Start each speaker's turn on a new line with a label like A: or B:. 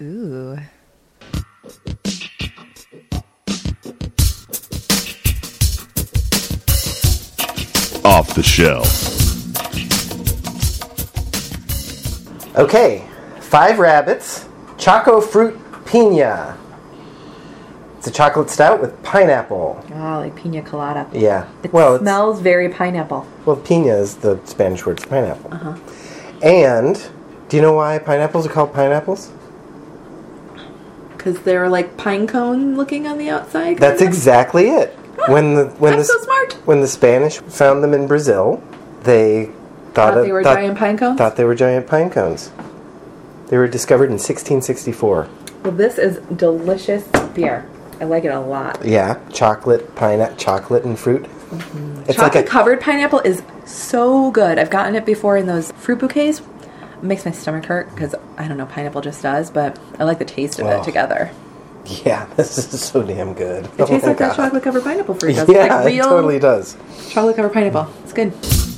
A: Ooh.
B: Off the shell.
C: Okay, five rabbits, Choco Fruit Pina. It's a chocolate stout with pineapple.
A: Ah, like pina colada.
C: Yeah.
A: It
C: well, it's-
A: smells very pineapple.
C: well, pina is the Spanish word for pineapple. Uh-huh. And do you know why pineapples are called pineapples?
D: Because they're like pine cone looking on the outside. kind
C: That's
D: of?
C: exactly it. When the when
D: I'm
C: the
D: Oh, so smart.
C: when the Spanish found them in Brazil, they thought,
D: Thought
C: of-
D: they were giant pine cones?
C: Thought they were giant pine cones. They were discovered in 1664.
A: Well, this is delicious beer. I like it a lot.
C: Yeah, chocolate, pineapple, chocolate and fruit. It's
A: Chocolate
C: like a
A: covered pineapple is so good. I've gotten it before in those fruit bouquets. It makes my stomach hurt because I don't know, pineapple just does, but I like the taste of
C: Oh.
A: it together.
C: yeah. This is so damn good. Oh
D: It tastes like that chocolate covered pineapple fruit does.
C: Yeah,
D: like real
C: it totally does.
D: chocolate covered pineapple. It's good.